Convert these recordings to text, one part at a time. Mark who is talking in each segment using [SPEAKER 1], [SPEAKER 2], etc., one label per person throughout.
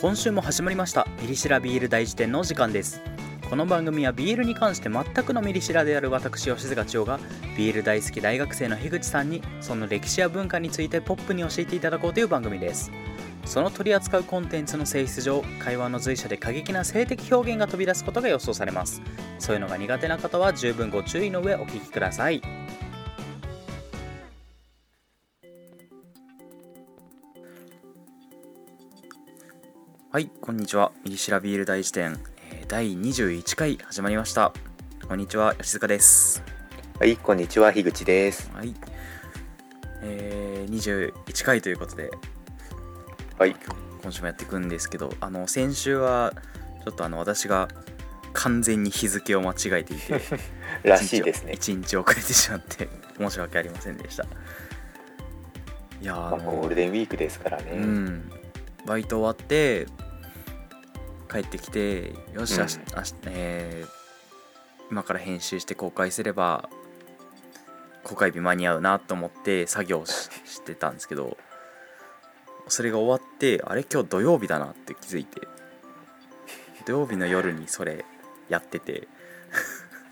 [SPEAKER 1] 今週も始まりましたミリシラビール大辞典のお時間ですこの番組はビールに関して全くのミリシラである私吉塚千代がビール大好き大学生の樋口さんにその歴史や文化についてポップに教えていただこうという番組ですその取り扱うコンテンツの性質上会話の随所で過激な性的表現が飛び出すことが予想されますそういうのが苦手な方は十分ご注意の上お聞きくださいはい、こんにちは。ミリシラビール大辞典、えー、第21回始まりました。こんにちは、吉塚です。
[SPEAKER 2] はい、こんにちは、樋口です。
[SPEAKER 1] はい。えー、21回ということで、
[SPEAKER 2] はい、
[SPEAKER 1] 今週もやっていくんですけど、あの、先週は、ちょっとあの、私が完全に日付を間違えてい て、
[SPEAKER 2] らしいですね。
[SPEAKER 1] 1日遅れてしまって、申し訳ありませんでした。いやー、あ
[SPEAKER 2] まあ、
[SPEAKER 1] の
[SPEAKER 2] ゴールデンウィークですからね。
[SPEAKER 1] うん、バイト終わって帰ってきてよし、
[SPEAKER 2] うん
[SPEAKER 1] 明日明日えー今から編集して公開すれば公開日間に合うなと思って作業ししてたんですけどそれが終わってあれ今日土曜日だなって気づいて土曜日の夜にそれやってて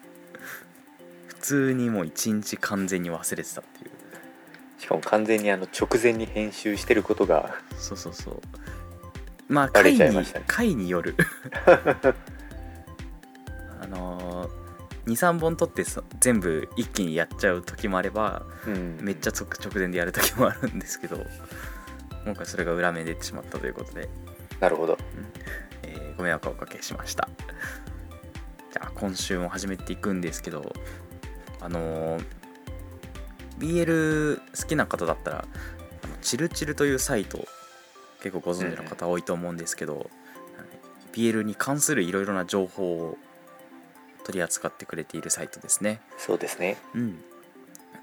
[SPEAKER 1] 普通にもう一日完全に忘れてたっていう
[SPEAKER 2] しかも完全にあの直前に編集してることが
[SPEAKER 1] そうそうそうまあ
[SPEAKER 2] バ
[SPEAKER 1] 回
[SPEAKER 2] レ
[SPEAKER 1] に
[SPEAKER 2] ちゃいましたね
[SPEAKER 1] 回に よるあの23本撮ってそ全部一気にやっちゃう時もあれば
[SPEAKER 2] うん
[SPEAKER 1] めっちゃ直直前でやる時もあるんですけど今回それが裏目に出てしまったということで、
[SPEAKER 2] なるほど。
[SPEAKER 1] えーご迷惑をおかけしましたじゃあ今週も始めていくんですけどあのー BL 好きな方だったらあのチルチルというサイト結構ご存知の方多いと思うんですけど、はい BL に関するいろいろな情報を取り扱ってくれているサイトですね。
[SPEAKER 2] そうですね。
[SPEAKER 1] うん、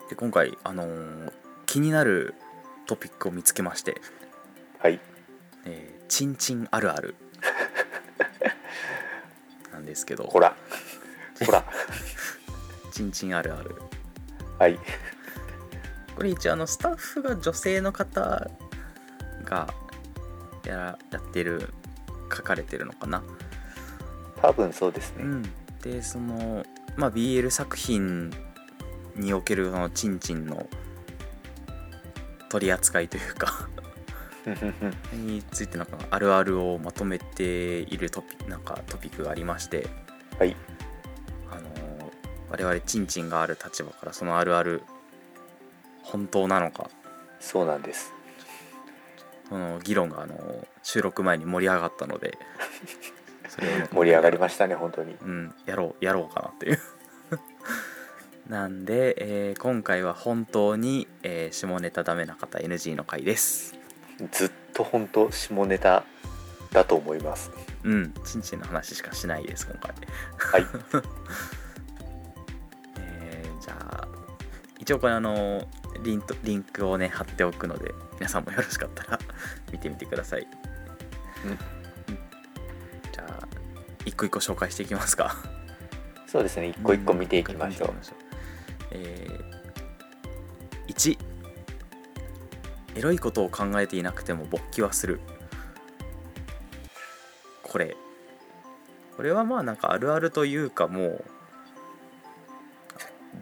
[SPEAKER 1] で今回、あのー気になるトピックを見つけまして
[SPEAKER 2] はい。
[SPEAKER 1] 「えーチンチンあるある」なんですけど
[SPEAKER 2] ほ ら。ほら。
[SPEAKER 1] 「チンチンあるある」
[SPEAKER 2] はい。
[SPEAKER 1] これ一応あのスタッフが女性の方がやらやってる書かれてるのかな、
[SPEAKER 2] 多分そうですね。
[SPEAKER 1] ん、でその、まあ、BL 作品におけるそのチンチンの取り扱いというか についてなんかあるあるをまとめているトピなんかトピックがありまして
[SPEAKER 2] はい。
[SPEAKER 1] あの我々チンチンがある立場からそのあるある本当なのか
[SPEAKER 2] そうなんです。
[SPEAKER 1] その議論があの収録前に盛り上がったのでそれを
[SPEAKER 2] 盛り上がりましたね、本当に。
[SPEAKER 1] うんやろうやろうかなっていう なんで、えー今回は本当に、えー下ネタダメな方 NG の回です
[SPEAKER 2] ずっと本当下ネタだと思います。
[SPEAKER 1] うんちんちんの話しかしないです今回
[SPEAKER 2] はい。
[SPEAKER 1] えーじゃあ一応これあのリントリンクをね貼っておくので皆さんもよろしかったら見てみてください、
[SPEAKER 2] うん
[SPEAKER 1] じゃあ一個一個紹介していきますか
[SPEAKER 2] そうですね。一個一個見ていきましょう。
[SPEAKER 1] えー、1エロいことを考えていなくても勃起はするこれこれはまあなんかあるあるというかもう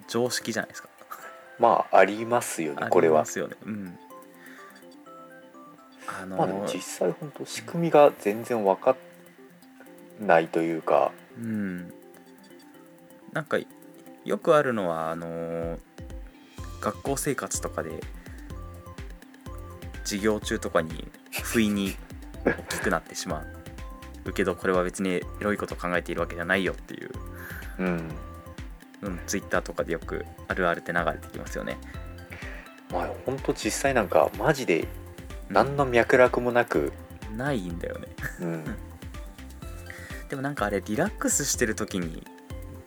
[SPEAKER 1] 常識じゃないですか
[SPEAKER 2] まあありますよね。これ
[SPEAKER 1] ありま
[SPEAKER 2] は。
[SPEAKER 1] すよねうんあの
[SPEAKER 2] まあでも実際本当仕組みが全然わかんないというか、
[SPEAKER 1] うんなんかよくあるのはあのー学校生活とかで授業中とかに不意に大きくなってしまうけどこれは別にエロいこと考えているわけじゃないよっていう、
[SPEAKER 2] うん、
[SPEAKER 1] うん、ツイッターとかでよくあるあるって流れてきますよね。
[SPEAKER 2] まあ本当実際なんかマジで何の脈絡もなく、
[SPEAKER 1] ないんだよね。
[SPEAKER 2] うん、
[SPEAKER 1] でもなんかあれリラックスしてる時に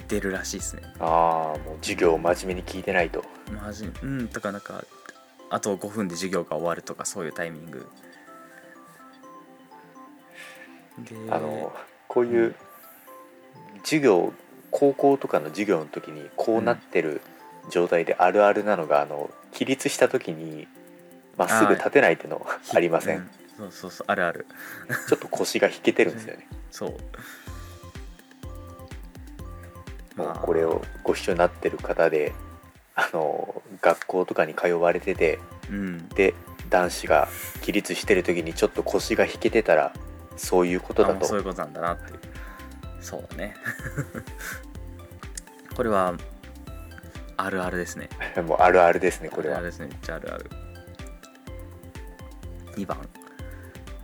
[SPEAKER 1] 出るらしいですね。
[SPEAKER 2] ああもう授業を真面目に聞いてないと、
[SPEAKER 1] マジうんとかなんかあと5分で授業が終わるとかそういうタイミングで
[SPEAKER 2] あのこういう授業高校とかの授業の時にこうなってる状態であ るあるなのがあの起立した時にまっすぐ立てないっていうのありませ。
[SPEAKER 1] うんそうそうそうあるある
[SPEAKER 2] ちょっと腰が引けてるんですよね、
[SPEAKER 1] そう
[SPEAKER 2] もうこれをご一緒になってる方であの学校とかに通われてて
[SPEAKER 1] うん
[SPEAKER 2] で男子が起立してる時にちょっと腰が引けてたらそういうことだ
[SPEAKER 1] あもうそうい
[SPEAKER 2] と
[SPEAKER 1] うことなんだなっていうそうだね これはあるあるですね
[SPEAKER 2] もうあるあるですねこれ
[SPEAKER 1] あ
[SPEAKER 2] は
[SPEAKER 1] るあるですねめっちゃあるある2番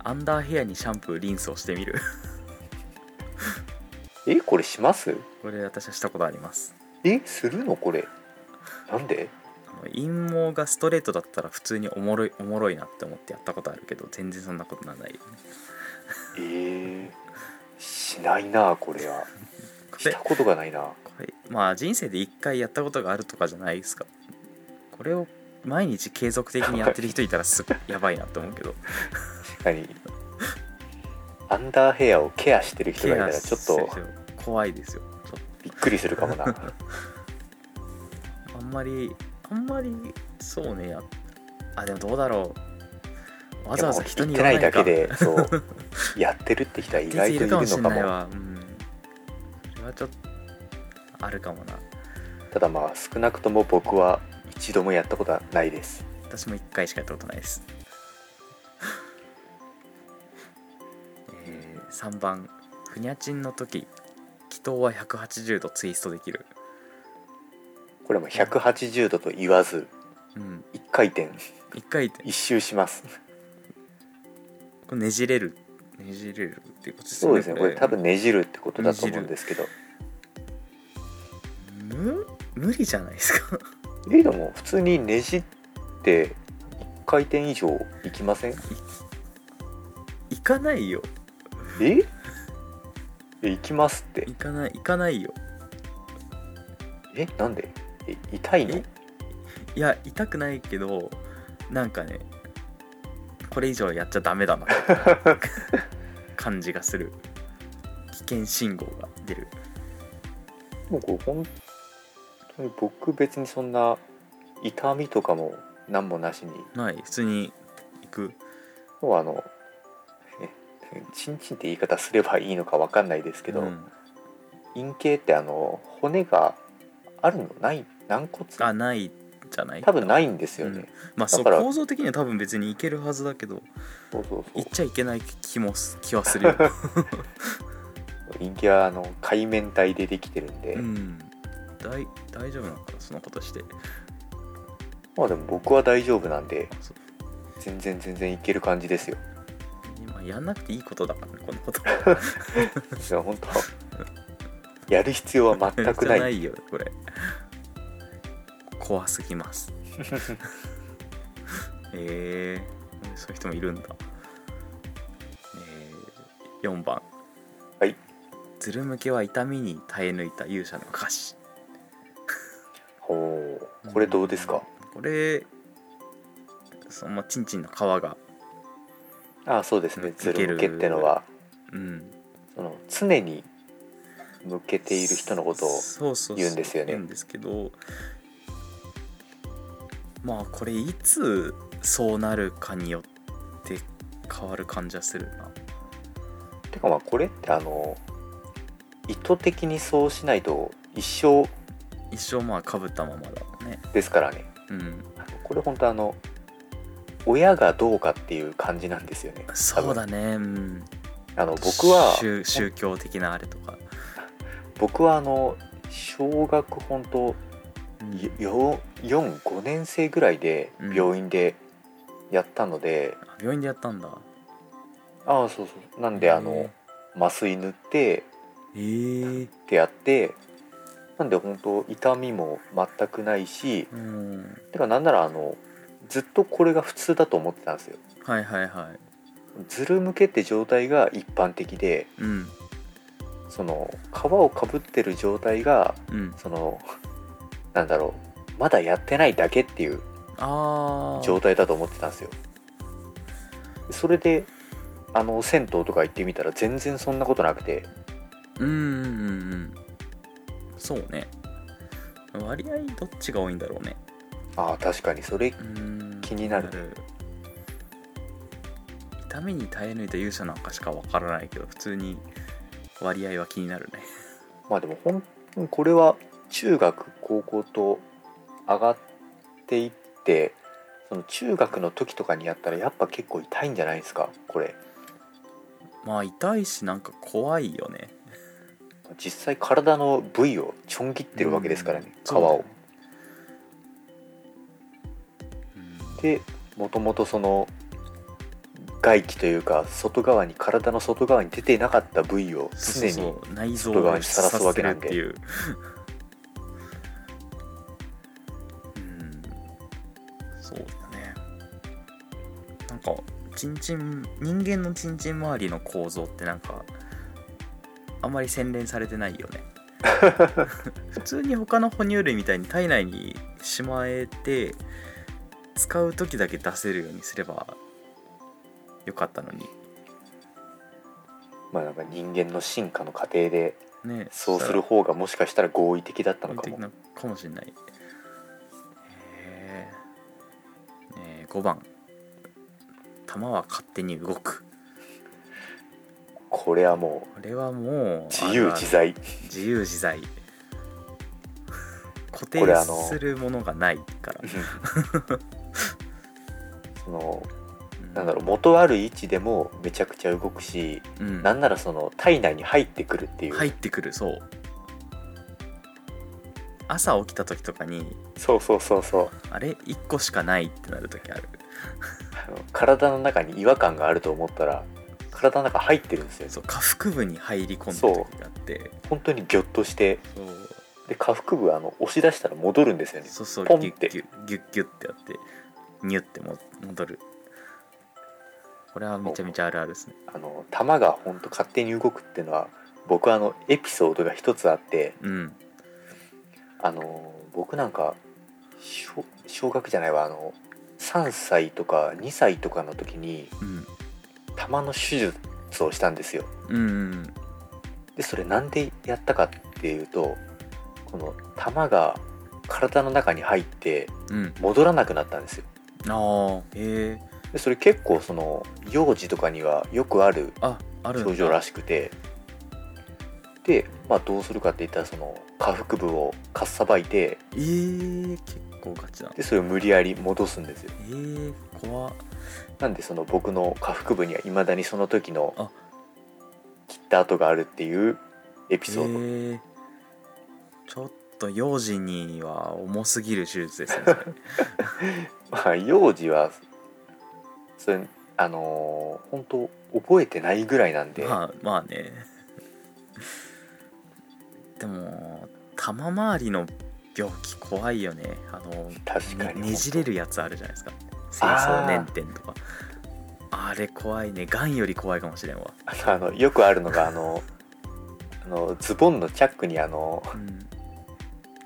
[SPEAKER 1] アンダーヘアにシャンプーリンスをしてみる
[SPEAKER 2] えこれします
[SPEAKER 1] これ私はしたことあります
[SPEAKER 2] えするのこれなんで
[SPEAKER 1] あの陰毛がストレートだったら普通におもろいおもろいなって思ってやったことあるけど全然そんなことなんないよね
[SPEAKER 2] えー、しないなこれは
[SPEAKER 1] こ
[SPEAKER 2] し
[SPEAKER 1] れ
[SPEAKER 2] たことがないな
[SPEAKER 1] これまあ人生で一回やったことがあるとかじゃないですかこれを毎日継続的にやってる人いたらすごいやばいなって思う けど
[SPEAKER 2] 確かにアンダーヘアをケアしてる人がいたらちょっ
[SPEAKER 1] してる
[SPEAKER 2] と
[SPEAKER 1] 人怖いですよちょっ
[SPEAKER 2] びっくりするかもな
[SPEAKER 1] とあんまりあんまりそうねやあでもどうだろうわざわざ人に
[SPEAKER 2] 言
[SPEAKER 1] 言
[SPEAKER 2] って
[SPEAKER 1] わ
[SPEAKER 2] ない
[SPEAKER 1] ない
[SPEAKER 2] だ
[SPEAKER 1] か
[SPEAKER 2] けでそう やってるって人は意
[SPEAKER 1] 一定数
[SPEAKER 2] 外
[SPEAKER 1] い
[SPEAKER 2] とい
[SPEAKER 1] る
[SPEAKER 2] るの
[SPEAKER 1] か
[SPEAKER 2] か
[SPEAKER 1] もしれ
[SPEAKER 2] も
[SPEAKER 1] ないわうんそれはちょっとあるかもな
[SPEAKER 2] ただまあ少なくとも僕は一度もやったことはないです
[SPEAKER 1] 私も1回しかやったことないです、えー3番ふにゃちんの時祈祷は180度ツイストできる
[SPEAKER 2] これも180度と言わず
[SPEAKER 1] うん
[SPEAKER 2] 一回転
[SPEAKER 1] 1回転
[SPEAKER 2] 一周します
[SPEAKER 1] これねじれるねじれるっていうことですね
[SPEAKER 2] そうですねこれ多分ねじるってことだと思うんですけど
[SPEAKER 1] む無理じゃないですか
[SPEAKER 2] えでも普通にねじって1回転以上いきません
[SPEAKER 1] 行かないよ
[SPEAKER 2] ええいきますって
[SPEAKER 1] 行かない行かないよ
[SPEAKER 2] えなんでえ痛いの
[SPEAKER 1] えいや痛くないけどなんかねこれ以上やっちゃダメだな 感じがする危険信号が出る
[SPEAKER 2] もうこれ本当に僕別にそんな痛みとかも何もなしに
[SPEAKER 1] ない普通に行く
[SPEAKER 2] もうあのえチンチンって言い方すればいいのかわかんないですけど、
[SPEAKER 1] うん
[SPEAKER 2] 陰茎ってあの骨があるのない軟骨
[SPEAKER 1] あないじゃない
[SPEAKER 2] 多分ないんですよね、
[SPEAKER 1] まあそう
[SPEAKER 2] だから
[SPEAKER 1] 構造的には多分別に行けるはずだけど
[SPEAKER 2] そうそう
[SPEAKER 1] 行っ
[SPEAKER 2] そう
[SPEAKER 1] ちゃいけない気もす気はす るよ、
[SPEAKER 2] 陰茎はあの海綿体でできてるんで、
[SPEAKER 1] うん、だい大丈夫なのかなそのことして
[SPEAKER 2] まあでも僕は大丈夫なんで
[SPEAKER 1] あそう
[SPEAKER 2] 全然全然いける感じ ですよ
[SPEAKER 1] 今やんなくていいことだからねこのこと
[SPEAKER 2] いや本当やる必要は全くない
[SPEAKER 1] じゃないよこれ怖すぎます えー、そういう人もいるんだえー、4番
[SPEAKER 2] はい
[SPEAKER 1] ずるむけは痛みに耐え抜いた勇者の歌詞
[SPEAKER 2] ほうこれどうですか、
[SPEAKER 1] これそのちんちんの皮が
[SPEAKER 2] ああそうです
[SPEAKER 1] う
[SPEAKER 2] ね
[SPEAKER 1] ん
[SPEAKER 2] ズ
[SPEAKER 1] いける
[SPEAKER 2] ル向けってのは
[SPEAKER 1] うん
[SPEAKER 2] その常に向けている人のことを
[SPEAKER 1] そうそうそう
[SPEAKER 2] 言うんですよね
[SPEAKER 1] 言うんですけどまあこれいつそうなるかによって変わる感じはするな
[SPEAKER 2] てかまあこれってあの意図的にそうしないと一生
[SPEAKER 1] 一生まあかぶったままだね
[SPEAKER 2] ですからね
[SPEAKER 1] うん
[SPEAKER 2] これ本当あの親がどうかっていう感じなんですよね
[SPEAKER 1] そうだねうん
[SPEAKER 2] あの僕は
[SPEAKER 1] 宗宗教的なあれとか、
[SPEAKER 2] 僕はあの小学本当
[SPEAKER 1] うん
[SPEAKER 2] 45年生ぐらいで
[SPEAKER 1] うん
[SPEAKER 2] 病院でやったので、
[SPEAKER 1] あ病院でやったんだ
[SPEAKER 2] ああそうそうなんであの麻酔塗って
[SPEAKER 1] えー、
[SPEAKER 2] ってやってなんで本当痛みも全くないし
[SPEAKER 1] うん
[SPEAKER 2] てかなんならあのずっとこれが普通だと思ってたんですよ
[SPEAKER 1] はいはいはい
[SPEAKER 2] ずるむけって状態が一般的で
[SPEAKER 1] うん
[SPEAKER 2] その皮をかぶってる状態が
[SPEAKER 1] うん
[SPEAKER 2] そのなんだろうまだやってないだけっていう
[SPEAKER 1] あ
[SPEAKER 2] 状
[SPEAKER 1] あ
[SPEAKER 2] 態だと思ってたんですよそれであの銭湯とか行ってみたら全然そんなことなくて
[SPEAKER 1] うんうんうんうんそうね割合どっちが多いんだろうね
[SPEAKER 2] ああ確かにそれ
[SPEAKER 1] うーん
[SPEAKER 2] 気になる
[SPEAKER 1] る痛みに耐え抜いた勇者なんかしかわからないけど普通に割合は気になるね
[SPEAKER 2] まあでもほんこれは中学高校と上がっていってその中学の時とかにやったらやっぱ結構痛いんじゃないですかこれ
[SPEAKER 1] まあ痛いしなんか怖いよね
[SPEAKER 2] 実際体の部位をちょん切ってるわけですからね、皮を。でもともとその外気というか外側に体の外側に出ていなかった部位を常に
[SPEAKER 1] 内臓
[SPEAKER 2] 外側にさらすわけなんで
[SPEAKER 1] っていう、うん、そうだねなんかちんちん人間のちんちん周りの構造ってなんかあんまり洗練されてないよ ね普通に他の哺乳類みたいに体内にしまえて使う時だけ出せるようにすればよかったのに
[SPEAKER 2] まあなんか人間の進化の過程で
[SPEAKER 1] ね
[SPEAKER 2] そうす
[SPEAKER 1] した
[SPEAKER 2] る
[SPEAKER 1] ら
[SPEAKER 2] 方がもしかしたら合意的だったのか
[SPEAKER 1] 的
[SPEAKER 2] も
[SPEAKER 1] なかもしれないへーえー5番弾は勝手に動く
[SPEAKER 2] これはも
[SPEAKER 1] これはもう
[SPEAKER 2] う自由自
[SPEAKER 1] 在
[SPEAKER 2] 在
[SPEAKER 1] 自由自 在固
[SPEAKER 2] これあ
[SPEAKER 1] 定
[SPEAKER 2] の
[SPEAKER 1] するものがないから
[SPEAKER 2] その
[SPEAKER 1] うん
[SPEAKER 2] なんだろう元ある位置でもめちゃくちゃ動くし
[SPEAKER 1] うん、
[SPEAKER 2] なんならその体内に入ってくるっていう、
[SPEAKER 1] 入ってくるそう朝起きた時とかに
[SPEAKER 2] そうそうそうそう
[SPEAKER 1] あれ1個しかないってなる時ある
[SPEAKER 2] あの体の中に違和感があると思ったら体の中入ってるんですよ
[SPEAKER 1] そう下腹部に入り込んだ時があって
[SPEAKER 2] 本当にギョッとして
[SPEAKER 1] そう
[SPEAKER 2] で下腹部はあの押し出したら戻るんですよね
[SPEAKER 1] そうそう
[SPEAKER 2] ポンっ
[SPEAKER 1] ギュッ
[SPEAKER 2] て
[SPEAKER 1] ギュッギュッギュッってやってニュッても戻るこれはめちゃめちゃあるあるですね
[SPEAKER 2] あの弾が本当勝手に動くっていうのは僕はあのエピソードが一つあって
[SPEAKER 1] うん
[SPEAKER 2] あの僕なんか小小学じゃないわあの3歳とか2歳とかの時に
[SPEAKER 1] うん
[SPEAKER 2] 弾の手術をしたんですよ
[SPEAKER 1] うんうん
[SPEAKER 2] でそれなんでやったかっていうとこの弾が体の中に入って
[SPEAKER 1] うん
[SPEAKER 2] 戻らなくなったんですよ
[SPEAKER 1] ああへえ
[SPEAKER 2] でそれ結構その幼児とかにはよくある
[SPEAKER 1] ああるんだ
[SPEAKER 2] 症状らしくてで、まあ、どうするかって言ったらその下腹部をかっさばいて
[SPEAKER 1] えー、結構ガチだ
[SPEAKER 2] でそれを無理やり戻すんですよ
[SPEAKER 1] えー、怖っ
[SPEAKER 2] なんでその僕の下腹部にはいまだにその時の
[SPEAKER 1] あ
[SPEAKER 2] 切った跡があるっていうエピ
[SPEAKER 1] え
[SPEAKER 2] ソード、
[SPEAKER 1] ー、ちょっと幼児には重すぎる手術ですねそれ
[SPEAKER 2] まあ幼児はそれあのー本当覚えてないぐらいなんで、
[SPEAKER 1] まあまあねでも玉周りの病気怖いよねあの
[SPEAKER 2] 確かに
[SPEAKER 1] ねねじれるやつあるじゃないですか戦争年点とかあれ怖いねがんより怖いかもしれんわ、
[SPEAKER 2] あのあのよくあるのがあのあのズボンのチャックにあの
[SPEAKER 1] うん、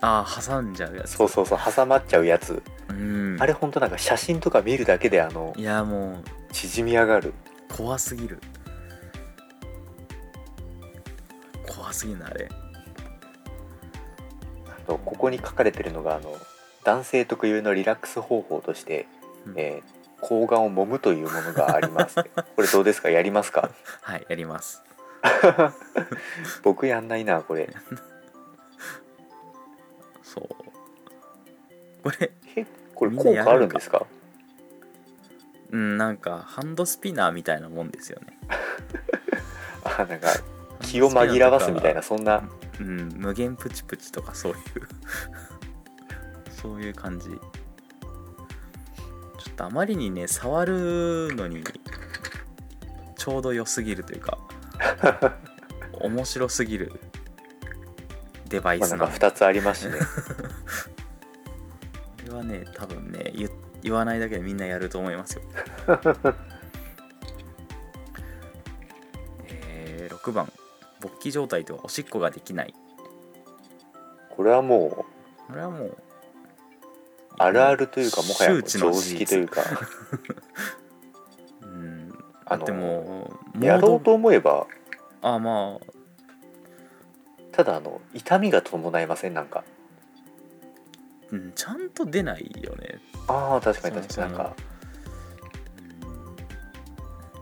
[SPEAKER 1] ああ挟んじゃうやつ
[SPEAKER 2] そうそうそう挟まっちゃうやつ
[SPEAKER 1] うん
[SPEAKER 2] あれほんとなんか写真とか見るだけであの
[SPEAKER 1] いやもう
[SPEAKER 2] 縮み上がる
[SPEAKER 1] 怖すぎる怖すぎるなあれ
[SPEAKER 2] あとここに書かれてるのがあの男性特有のリラックス方法として、
[SPEAKER 1] うん
[SPEAKER 2] えー睾丸を揉むというものがありますこれどうですかやりますか
[SPEAKER 1] はいやります
[SPEAKER 2] 僕やんないなこれ
[SPEAKER 1] そうこれ
[SPEAKER 2] えこれ
[SPEAKER 1] みんな
[SPEAKER 2] 効
[SPEAKER 1] やるの
[SPEAKER 2] 果あるんですか
[SPEAKER 1] うんなんかハンドスピナーみたいなもんですよね
[SPEAKER 2] あなんか気を紛らわすみたいなそんな
[SPEAKER 1] うん無限プチプチとかそういう そういう感じちょっとあまりにね触るのにちょうど良すぎるというか面白すぎるデバイ
[SPEAKER 2] まあ、
[SPEAKER 1] ス
[SPEAKER 2] な
[SPEAKER 1] なんのこ
[SPEAKER 2] か2つあります しね
[SPEAKER 1] れはね多分ね言言わないだけでみんなやると思います よえー6番勃起状態ではおしっこができない
[SPEAKER 2] これはもう
[SPEAKER 1] これはもう
[SPEAKER 2] あるあるというかもはやもう
[SPEAKER 1] 周知の
[SPEAKER 2] 常
[SPEAKER 1] 事
[SPEAKER 2] 識
[SPEAKER 1] 実
[SPEAKER 2] とい うか
[SPEAKER 1] うん
[SPEAKER 2] あ
[SPEAKER 1] で
[SPEAKER 2] の
[SPEAKER 1] も
[SPEAKER 2] やろう
[SPEAKER 1] モー
[SPEAKER 2] と思えば
[SPEAKER 1] ドあまあ
[SPEAKER 2] ただあの痛みが伴いませんなんか
[SPEAKER 1] うんちゃんと出ないよね
[SPEAKER 2] ああ確かに確かに
[SPEAKER 1] そう
[SPEAKER 2] な
[SPEAKER 1] そうん
[SPEAKER 2] か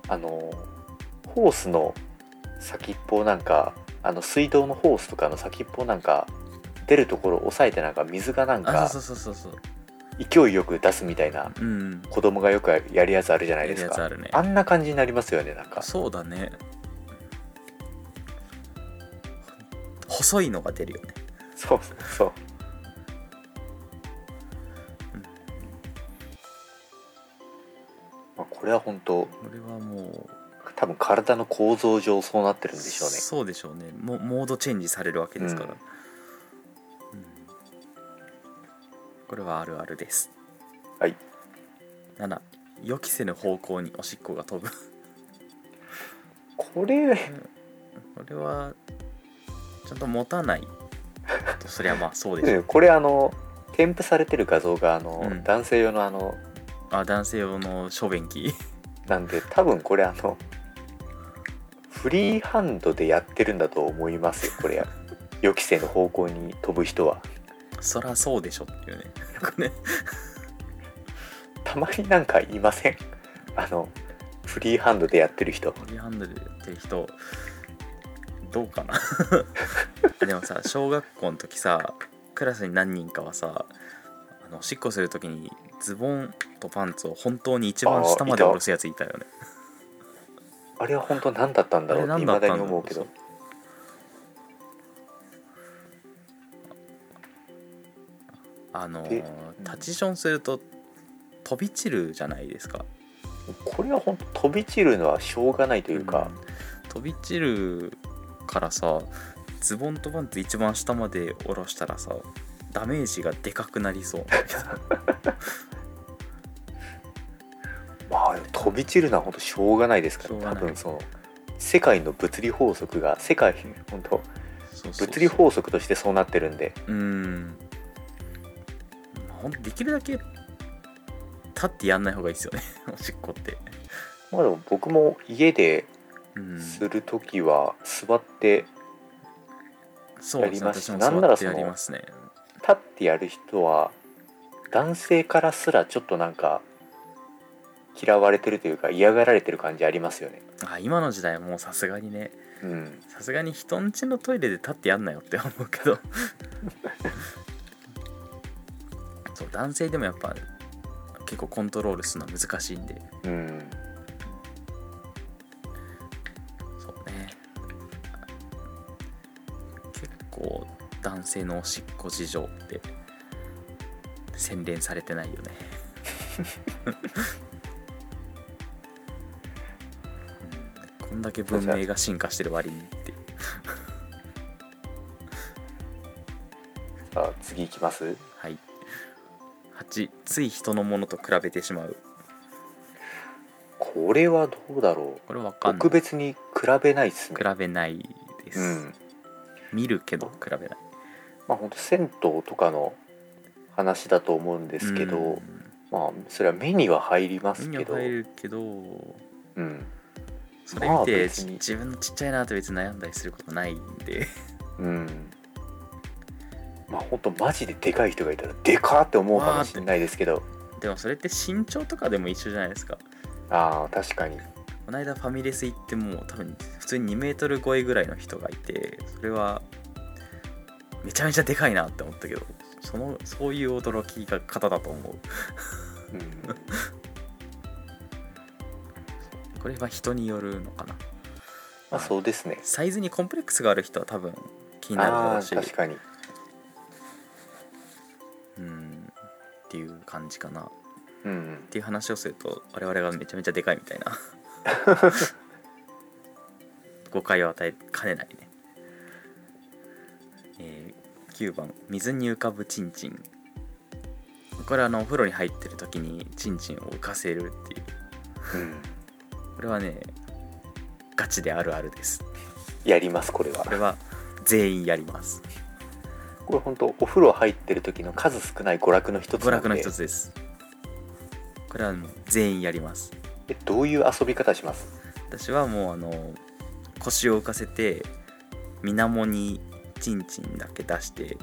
[SPEAKER 2] あのホースの先っぽなんかあの水道のホースとかの先っぽなんか出るところを押さえてなんか水がなん
[SPEAKER 1] あ
[SPEAKER 2] か
[SPEAKER 1] そうそうそうそうそう
[SPEAKER 2] 勢いよく出すみたいな
[SPEAKER 1] うん
[SPEAKER 2] 子供がよくやるやつあるじゃな
[SPEAKER 1] や
[SPEAKER 2] いで
[SPEAKER 1] る
[SPEAKER 2] す
[SPEAKER 1] やつあ
[SPEAKER 2] か
[SPEAKER 1] るね
[SPEAKER 2] あんな感じになりますよねなんか
[SPEAKER 1] そうだね細いのが出るよね
[SPEAKER 2] そうそうそう
[SPEAKER 1] うん。
[SPEAKER 2] まあ、これは本当
[SPEAKER 1] これはも
[SPEAKER 2] 多分体の構造上そうなって
[SPEAKER 1] う
[SPEAKER 2] るんでしょうね
[SPEAKER 1] そうでしょうねモモードチェンジされるわけですから、
[SPEAKER 2] うん
[SPEAKER 1] うんこれはあるあるです
[SPEAKER 2] はい
[SPEAKER 1] 7予期せぬ方向におしっこが飛ぶ
[SPEAKER 2] これ
[SPEAKER 1] これはちゃんと持たないとそりゃまあそうで しょ
[SPEAKER 2] う
[SPEAKER 1] うん
[SPEAKER 2] これあの添付されてる画像があの、
[SPEAKER 1] うん
[SPEAKER 2] 男性用のあの
[SPEAKER 1] あ男性用の小便器
[SPEAKER 2] なんで多分これあのフリーハンドでやってるんだと思いますよこれ予期せぬ方向に飛ぶ人は
[SPEAKER 1] そりゃそうでしょっていうねこれね
[SPEAKER 2] たまになんかいませんあのフリーハンドでやってる人
[SPEAKER 1] フリーハンドルやってる人どうかな でもさ小学校の時さクラスに何人かはさあのおしっこする時にズボンとパンツを本当に一番下まで
[SPEAKER 2] あーいた
[SPEAKER 1] 下ろすやついたよね
[SPEAKER 2] あれは本当何だったんだろうって
[SPEAKER 1] あれ
[SPEAKER 2] 未
[SPEAKER 1] 何だった
[SPEAKER 2] だ
[SPEAKER 1] んだ
[SPEAKER 2] に
[SPEAKER 1] ろう
[SPEAKER 2] 思うけど
[SPEAKER 1] そうあの
[SPEAKER 2] で
[SPEAKER 1] タチションすると飛び散るじゃないですか
[SPEAKER 2] これは本当飛び散るのはしょうがないというか、
[SPEAKER 1] うん飛び散るからさズボンとパンツ一番下まで下ろしたらさダメージがでかくなりそう
[SPEAKER 2] まあ飛び散るのは本当しょうがないですか
[SPEAKER 1] しょう
[SPEAKER 2] ら
[SPEAKER 1] がな
[SPEAKER 2] 多
[SPEAKER 1] い
[SPEAKER 2] 分その世界の物理法則が世界本当
[SPEAKER 1] そうそうそう
[SPEAKER 2] 物理法則としてそうなってるんで
[SPEAKER 1] うんまあほんとできるだけ立ってやんない方がいいですよね おしっこって、
[SPEAKER 2] まあでも僕も家で
[SPEAKER 1] うん、
[SPEAKER 2] する時は座って
[SPEAKER 1] そうですね
[SPEAKER 2] やりますし
[SPEAKER 1] 私も
[SPEAKER 2] なんな
[SPEAKER 1] 座
[SPEAKER 2] ら
[SPEAKER 1] って
[SPEAKER 2] その
[SPEAKER 1] やりますね
[SPEAKER 2] 立ってやる人は男性からすらちょっとなんか嫌われてるというか嫌がられてる感じありますよね。
[SPEAKER 1] あ今の時代はもうさすがにね
[SPEAKER 2] うん、
[SPEAKER 1] さすがに人んちのトイレで立ってやんなよって思うけどそう男性でもやっぱ結構コントロールするのは難しいんで
[SPEAKER 2] うん、
[SPEAKER 1] そうね結構男性のおしっこ事情って洗練されてないよねうんこんだけ文明が進化してる割にって
[SPEAKER 2] さあ次いきます
[SPEAKER 1] はい8つい人のものと比べてしまう
[SPEAKER 2] これはどうだろ
[SPEAKER 1] これわ
[SPEAKER 2] う
[SPEAKER 1] かんない
[SPEAKER 2] 特
[SPEAKER 1] 比
[SPEAKER 2] 別に比べないっすね。
[SPEAKER 1] べないです、
[SPEAKER 2] うん
[SPEAKER 1] 見るけど比べない
[SPEAKER 2] まあ、本当銭湯とかの話だと思うんですけど、
[SPEAKER 1] うん
[SPEAKER 2] まあそれは目には入りま
[SPEAKER 1] 目
[SPEAKER 2] す
[SPEAKER 1] に
[SPEAKER 2] け
[SPEAKER 1] は
[SPEAKER 2] ど、
[SPEAKER 1] 入るけど
[SPEAKER 2] うん
[SPEAKER 1] それ見
[SPEAKER 2] まあ
[SPEAKER 1] て、
[SPEAKER 2] 別に
[SPEAKER 1] 自分のちっちゃいなって別に悩んだりすることないんで
[SPEAKER 2] うん、まあ本当マジででかい人がいたらでかーって思うかもしれないですけど
[SPEAKER 1] でもそれって身長とかでも一緒じゃないですか
[SPEAKER 2] ああ 確かに
[SPEAKER 1] この間ファミレス行ってもう多分普通に2メートル超えぐらいの人がいてそれはめちゃめちゃでかいなって思ったけどそのそういう驚きが方だと思う
[SPEAKER 2] うん
[SPEAKER 1] これは人によるのかな
[SPEAKER 2] まあそうですね
[SPEAKER 1] サイズにコンプレックスがある人は多分気になるだろ
[SPEAKER 2] あ
[SPEAKER 1] う
[SPEAKER 2] あ
[SPEAKER 1] し
[SPEAKER 2] 確かに
[SPEAKER 1] うんっていう感じかなっ
[SPEAKER 2] うん
[SPEAKER 1] ていう話をすると我々がめちゃめちゃでかいみたいな 誤解を与えかねないね、えー9番水に浮かぶチンチンこれはあのお風呂に入ってる時にチンチンを浮かせるっていう
[SPEAKER 2] うん
[SPEAKER 1] これはねガチであるあるです
[SPEAKER 2] やりますこれは
[SPEAKER 1] これは全員やります
[SPEAKER 2] これ本当お風呂入ってる時の数少ない娯楽の一つ
[SPEAKER 1] 娯
[SPEAKER 2] なん
[SPEAKER 1] 楽
[SPEAKER 2] で
[SPEAKER 1] の一つですこれはもう全員やります
[SPEAKER 2] えどういう遊び方します
[SPEAKER 1] 私はもうあの腰を浮かせて水面にチンチンだけ出して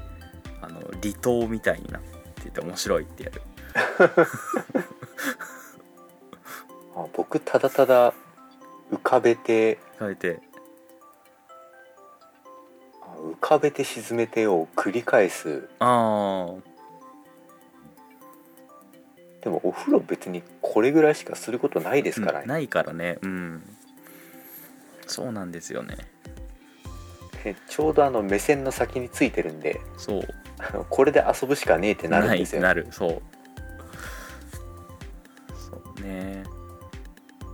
[SPEAKER 1] あの離島みたいになってて面白いってやる
[SPEAKER 2] あ僕ただただ浮かべて
[SPEAKER 1] 書いて
[SPEAKER 2] あ浮かべて沈めてを繰り返す
[SPEAKER 1] あ
[SPEAKER 2] でもお風呂別にこれぐらいしかすることないですから
[SPEAKER 1] あ
[SPEAKER 2] ね、
[SPEAKER 1] ないからねうんそうなんですよね
[SPEAKER 2] でちょうどあの目線の先についてるんで
[SPEAKER 1] そう
[SPEAKER 2] あのこれで遊ぶしかねえってなるんですよ
[SPEAKER 1] ないなるそうそうね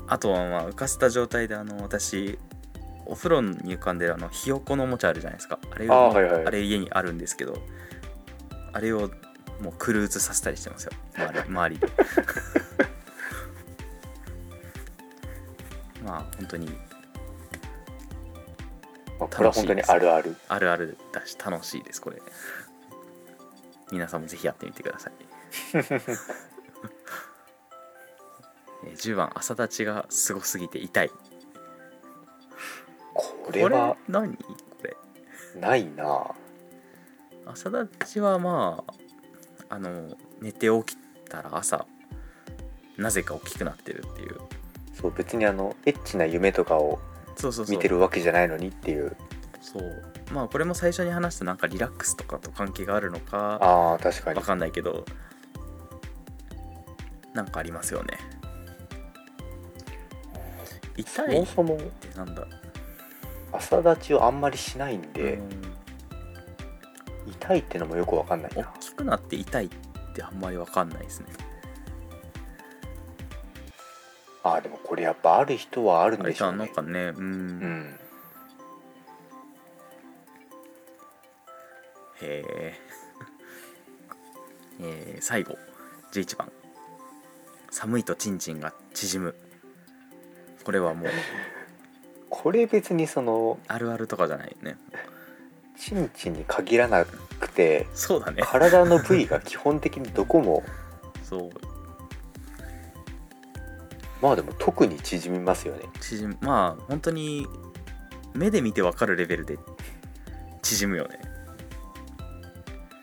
[SPEAKER 1] あとはまあ浮かせた状態であの私お風呂に浮かんでるあのひよこのおもちゃあるじゃないですかあれを
[SPEAKER 2] ああはいはい
[SPEAKER 1] あれ家にあるんですけどあれをもうクルーズさせたりしてますよ周り周り でまあ本当に
[SPEAKER 2] まあこれは本当にあるある
[SPEAKER 1] あるあるだし楽しいですこれ皆さんもぜひやってみてくだ さいえー10番朝立ちがすごすぎて痛い
[SPEAKER 2] こ
[SPEAKER 1] これ
[SPEAKER 2] れは
[SPEAKER 1] 何これ
[SPEAKER 2] ないな
[SPEAKER 1] 朝立ちはまああの寝て起きたら朝なぜか大きくなってるっていう
[SPEAKER 2] そう別にあのエッチな夢とかを
[SPEAKER 1] そうそうそう
[SPEAKER 2] 見てるわけじゃないのにっていう
[SPEAKER 1] そうまあこれも最初に話したなんかリラックスとかと関係があるのか
[SPEAKER 2] あー確かに
[SPEAKER 1] わかんないけどなんかありますよね
[SPEAKER 2] そ
[SPEAKER 1] 痛いっ
[SPEAKER 2] もそも
[SPEAKER 1] てなんだ
[SPEAKER 2] 朝立ちをあんまりしないんで
[SPEAKER 1] う、ん
[SPEAKER 2] 痛いってのもよくわかんない
[SPEAKER 1] 大
[SPEAKER 2] な
[SPEAKER 1] きくなって痛いってあんまりわかんないですね
[SPEAKER 2] あーでもこれやっぱある人はあるん
[SPEAKER 1] あ
[SPEAKER 2] で
[SPEAKER 1] れ
[SPEAKER 2] しょ
[SPEAKER 1] だ
[SPEAKER 2] う
[SPEAKER 1] なん
[SPEAKER 2] ね
[SPEAKER 1] かねうん、
[SPEAKER 2] うん
[SPEAKER 1] へええー最後11番寒いとチンチンが縮むこれはもう
[SPEAKER 2] これ別にその
[SPEAKER 1] あるあるとかじゃないよね
[SPEAKER 2] チンチンに限らなくて
[SPEAKER 1] そう だね
[SPEAKER 2] 体の部位が基本的にどこも
[SPEAKER 1] そう
[SPEAKER 2] まあでも特に縮みますよね
[SPEAKER 1] 縮むまあ本当に目で見てわかるレベルで縮むよね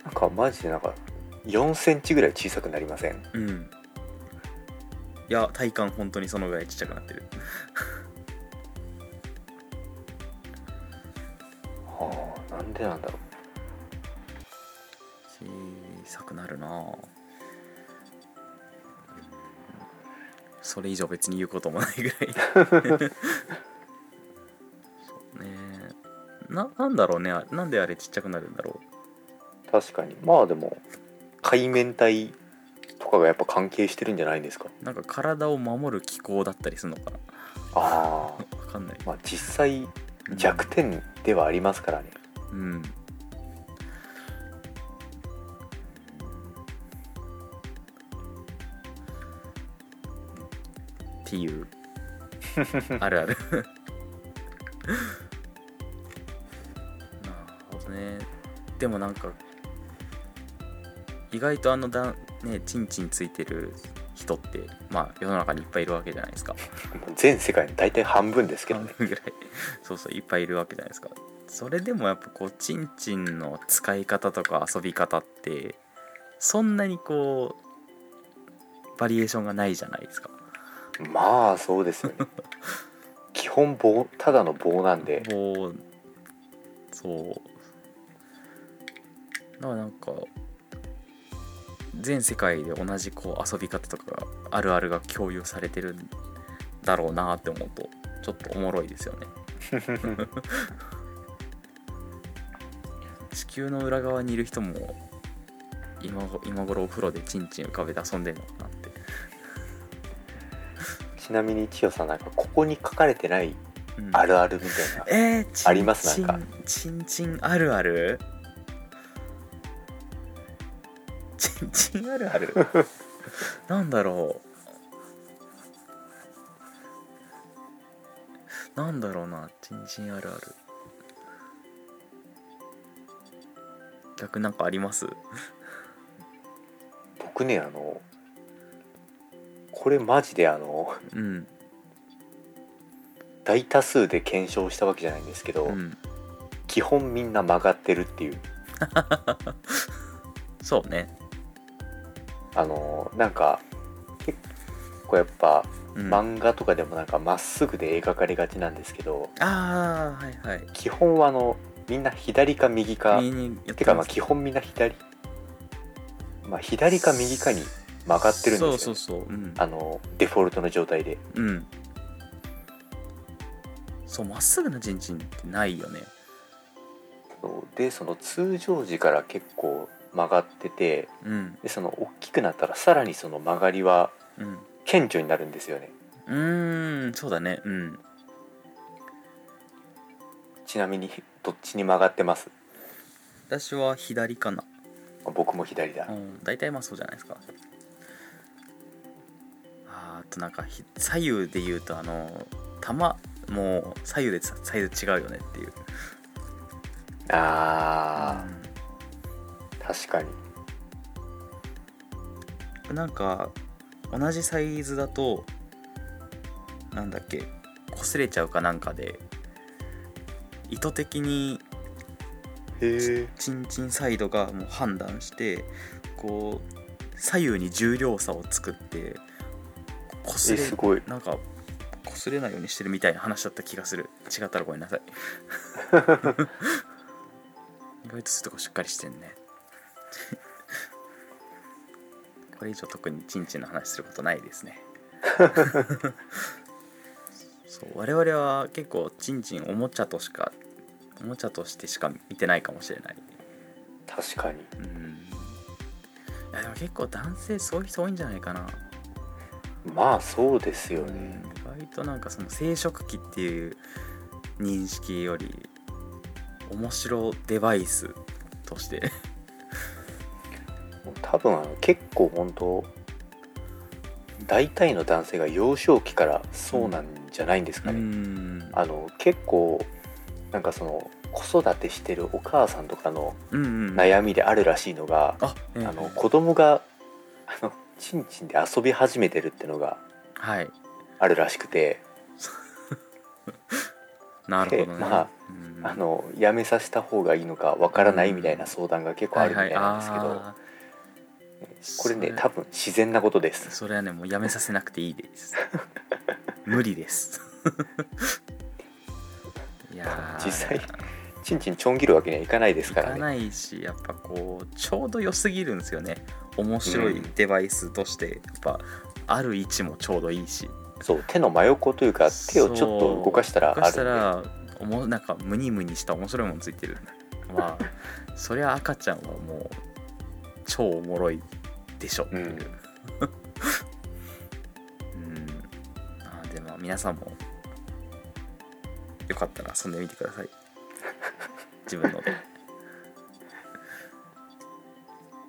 [SPEAKER 2] なんかマジでなんか4センチぐらい小さくなりません
[SPEAKER 1] うんいや体感本当にそのぐらいちっちゃくなってる
[SPEAKER 2] はあなんでなんだろ
[SPEAKER 1] 小さくなるなぁそれ以上別に言うこともないぐらい そうねななんだろうねあなんであれちっちゃくなるんだろ
[SPEAKER 2] う確かにまあでも海綿体とかがやっぱ関係してるんじゃないんですか
[SPEAKER 1] うなんか体を守る機構だったりするのかな
[SPEAKER 2] ああ
[SPEAKER 1] わかんない
[SPEAKER 2] まあ実際
[SPEAKER 1] うん
[SPEAKER 2] 弱点ではありますからね、
[SPEAKER 1] うん。っていうあるあるなるほどねでもなんか意外とあのだねチンチンついてる人ってまあ世の中にいっぱいいるわけじゃないですか
[SPEAKER 2] もう全世界の大体半分ですけど
[SPEAKER 1] 半
[SPEAKER 2] ね
[SPEAKER 1] 分ぐらいそうそういっぱいいるわけじゃないですかそれでもやっぱこうチンチンの使い方とか遊び方ってそんなにこうバリエーションがないじゃないですか
[SPEAKER 2] まあそうですよ ね基本棒ただの棒なんで
[SPEAKER 1] もうそうだからなんか全世界で同じこう遊び方とかがあるあるが共有されてるんだろうなって思うとちょっとおもろいですよね地球の裏側にいる人も今ご今頃お風呂でチンチン浮かべて遊んでんのかなって
[SPEAKER 2] ちなみに千代さんなんかここに書かれてない
[SPEAKER 1] うん
[SPEAKER 2] あるあるみたいな、
[SPEAKER 1] えー、
[SPEAKER 2] ありますなん
[SPEAKER 1] かチンチンあるあるチンチンあるあ るなんだろうなんだろうなチンチンあるある逆なんかあります
[SPEAKER 2] 僕ねあのこれマジであの
[SPEAKER 1] うん
[SPEAKER 2] 大多数で検証したわけじゃないんですけど、
[SPEAKER 1] うん
[SPEAKER 2] 基本みんな曲がってるっていう
[SPEAKER 1] そうね
[SPEAKER 2] あのなんか結構やっぱ
[SPEAKER 1] うん
[SPEAKER 2] 漫画とかでもなんかまっすぐで描かれがちなんですけど
[SPEAKER 1] ああはいはい
[SPEAKER 2] 基本はあのみんな左か右か
[SPEAKER 1] 右にやって
[SPEAKER 2] かまあ基本みんな左、まあ、左か右かに曲がってるんですよね、
[SPEAKER 1] そうそうそううん
[SPEAKER 2] あのデフォルトの状態で
[SPEAKER 1] うんそうまっすぐな人身ってないよね
[SPEAKER 2] そうでその通常時から結構曲がってて
[SPEAKER 1] うん
[SPEAKER 2] でその大きくなったらさらにその曲がりは
[SPEAKER 1] うん
[SPEAKER 2] 顕著になるんですよね
[SPEAKER 1] うーんそうだねうん
[SPEAKER 2] ちなみにどっちに曲がってます
[SPEAKER 1] 私は左かな
[SPEAKER 2] 僕も左だ
[SPEAKER 1] うん大体まあそうじゃないですかあーあとなんかひ左右で言うとあの玉もう左右でサイズ違うよねっていう
[SPEAKER 2] あー確かに
[SPEAKER 1] うんなんか同じサイズだとなんだっけ擦れちゃうかなんかで意図的に
[SPEAKER 2] へえ
[SPEAKER 1] チンチンサイドがもう判断してこう左右に重量差を作って擦れ
[SPEAKER 2] すごい
[SPEAKER 1] なんか擦れないようにしてるみたいな話だった気がする違ったらごめんなさい 意外とそういうとこしっかりしてんね これ以上特にチンチンの話することないですねそう我々は結構チンチンおもちゃとしかおもちゃとしてしか見てないかもしれない
[SPEAKER 2] 確かに
[SPEAKER 1] うんいやでも結構男性そういう人多いんじゃないかな
[SPEAKER 2] まあそうですよ
[SPEAKER 1] うん
[SPEAKER 2] ね
[SPEAKER 1] 意外となんかその生殖器っていう認識より面白デバイスとして
[SPEAKER 2] 多分あの結構本当大体の男性が幼少期からそうなんじゃないんですかね、
[SPEAKER 1] ん
[SPEAKER 2] あの結構なんかその子育てしてるお母さんとかの
[SPEAKER 1] うんうん
[SPEAKER 2] 悩みであるらしいのが、
[SPEAKER 1] あ,、ええ
[SPEAKER 2] あの子供があのちんちんで遊び始めてるってのが
[SPEAKER 1] はい
[SPEAKER 2] あるらしくて、
[SPEAKER 1] なるほどね、
[SPEAKER 2] でまあ
[SPEAKER 1] うん
[SPEAKER 2] あのやめさせた方がいいのかわからないみたいな相談が結構あるみたいなんですけど、
[SPEAKER 1] です
[SPEAKER 2] これね
[SPEAKER 1] そ
[SPEAKER 2] 多分自然なことです
[SPEAKER 1] それはねもうやめさせなくていいです 無理です いやー
[SPEAKER 2] 実際ちんちんちょん切るわけにはいかないです
[SPEAKER 1] い
[SPEAKER 2] から
[SPEAKER 1] か
[SPEAKER 2] ね
[SPEAKER 1] ないしやっぱこうちょうど良すぎるんですよね面白いデバイスとしてやっぱある位置もちょうどいいし
[SPEAKER 2] そう手の真横というか手をちょっと動かしたら
[SPEAKER 1] 動か
[SPEAKER 2] あ
[SPEAKER 1] した
[SPEAKER 2] るんで
[SPEAKER 1] らおもなんかムニムニした面白いものついてるまあ そりゃ赤ちゃんはもう超おもろいでしょっていう、
[SPEAKER 2] う
[SPEAKER 1] うんんあーでも皆さんもよかったら遊んでみてくだ さい自分のでっ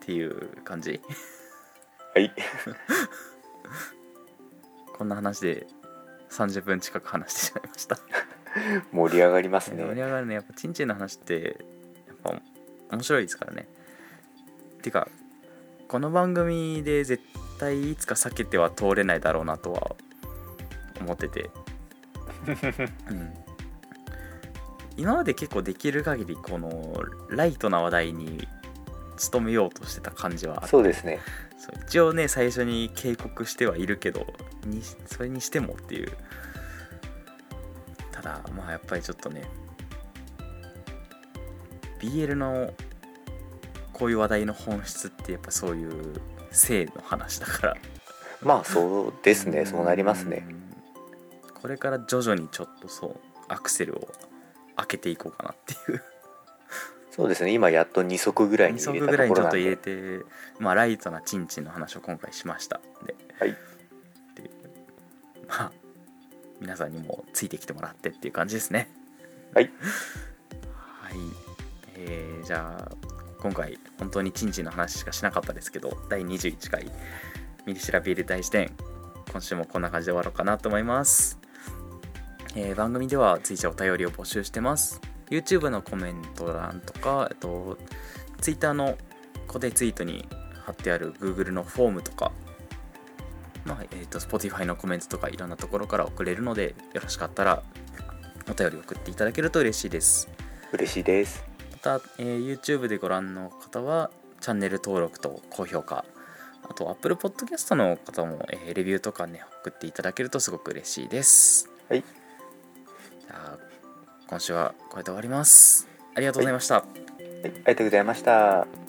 [SPEAKER 1] ていう感じ
[SPEAKER 2] はい
[SPEAKER 1] こんな話で30分近く話してしまいました
[SPEAKER 2] 盛り上がります
[SPEAKER 1] 盛り
[SPEAKER 2] ね
[SPEAKER 1] 上がるねやっぱチンチンの話ってやっぱ面白いですからねてかこの番組で絶対いつか避けては通れないだろうなとは思ってて、うん、今まで結構できる限りこのライトな話題に努めようとしてた感じはあって
[SPEAKER 2] そうですね
[SPEAKER 1] そう一応ね最初に警告してはいるけどにそれにしてもっていうただまあやっぱりちょっとね BL のこういう話題の本質ってやっぱそういう性の話だから
[SPEAKER 2] まあそうですねそうなりますね
[SPEAKER 1] うんこれから徐々にちょっとそうアクセルを開けていこうかなっていう
[SPEAKER 2] そうですね今やっと2足ぐらいに
[SPEAKER 1] 2
[SPEAKER 2] 入
[SPEAKER 1] 足
[SPEAKER 2] れ
[SPEAKER 1] ぐ
[SPEAKER 2] た
[SPEAKER 1] ら
[SPEAKER 2] と
[SPEAKER 1] い
[SPEAKER 2] こ
[SPEAKER 1] にち
[SPEAKER 2] ろ
[SPEAKER 1] ょっ
[SPEAKER 2] なん
[SPEAKER 1] と入れ
[SPEAKER 2] で
[SPEAKER 1] て、まあ、ライトなチンチンの話を今回しましたで、
[SPEAKER 2] はい
[SPEAKER 1] でまあ皆さんにもついてきてもらってっていう感じですね
[SPEAKER 2] はい
[SPEAKER 1] はいえーじゃあ今回本当にチンチンの話しかしなかったですけど第21回「ミリシラビール大辞典」今週もこんな感じで終わろうかなと思います、えー番組では随時お便りを募集してます YouTube のコメント欄とか、えっと、Twitter の固定ツイートに貼ってある Google のフォームとか、まあえっと Spotify のコメントとかいろんなところから送れるのでよろしかったらお便り送っていただけると嬉しいです
[SPEAKER 2] 嬉しいです
[SPEAKER 1] また、えー YouTube でご覧の方はチャンネル登録と高評価あと Apple Podcast の方も、えーレビューとかね送っていただけるとすごく嬉しいです
[SPEAKER 2] はい
[SPEAKER 1] じゃあ今週はこれで終わりますありがとうございました、
[SPEAKER 2] はい、ありがとうございました。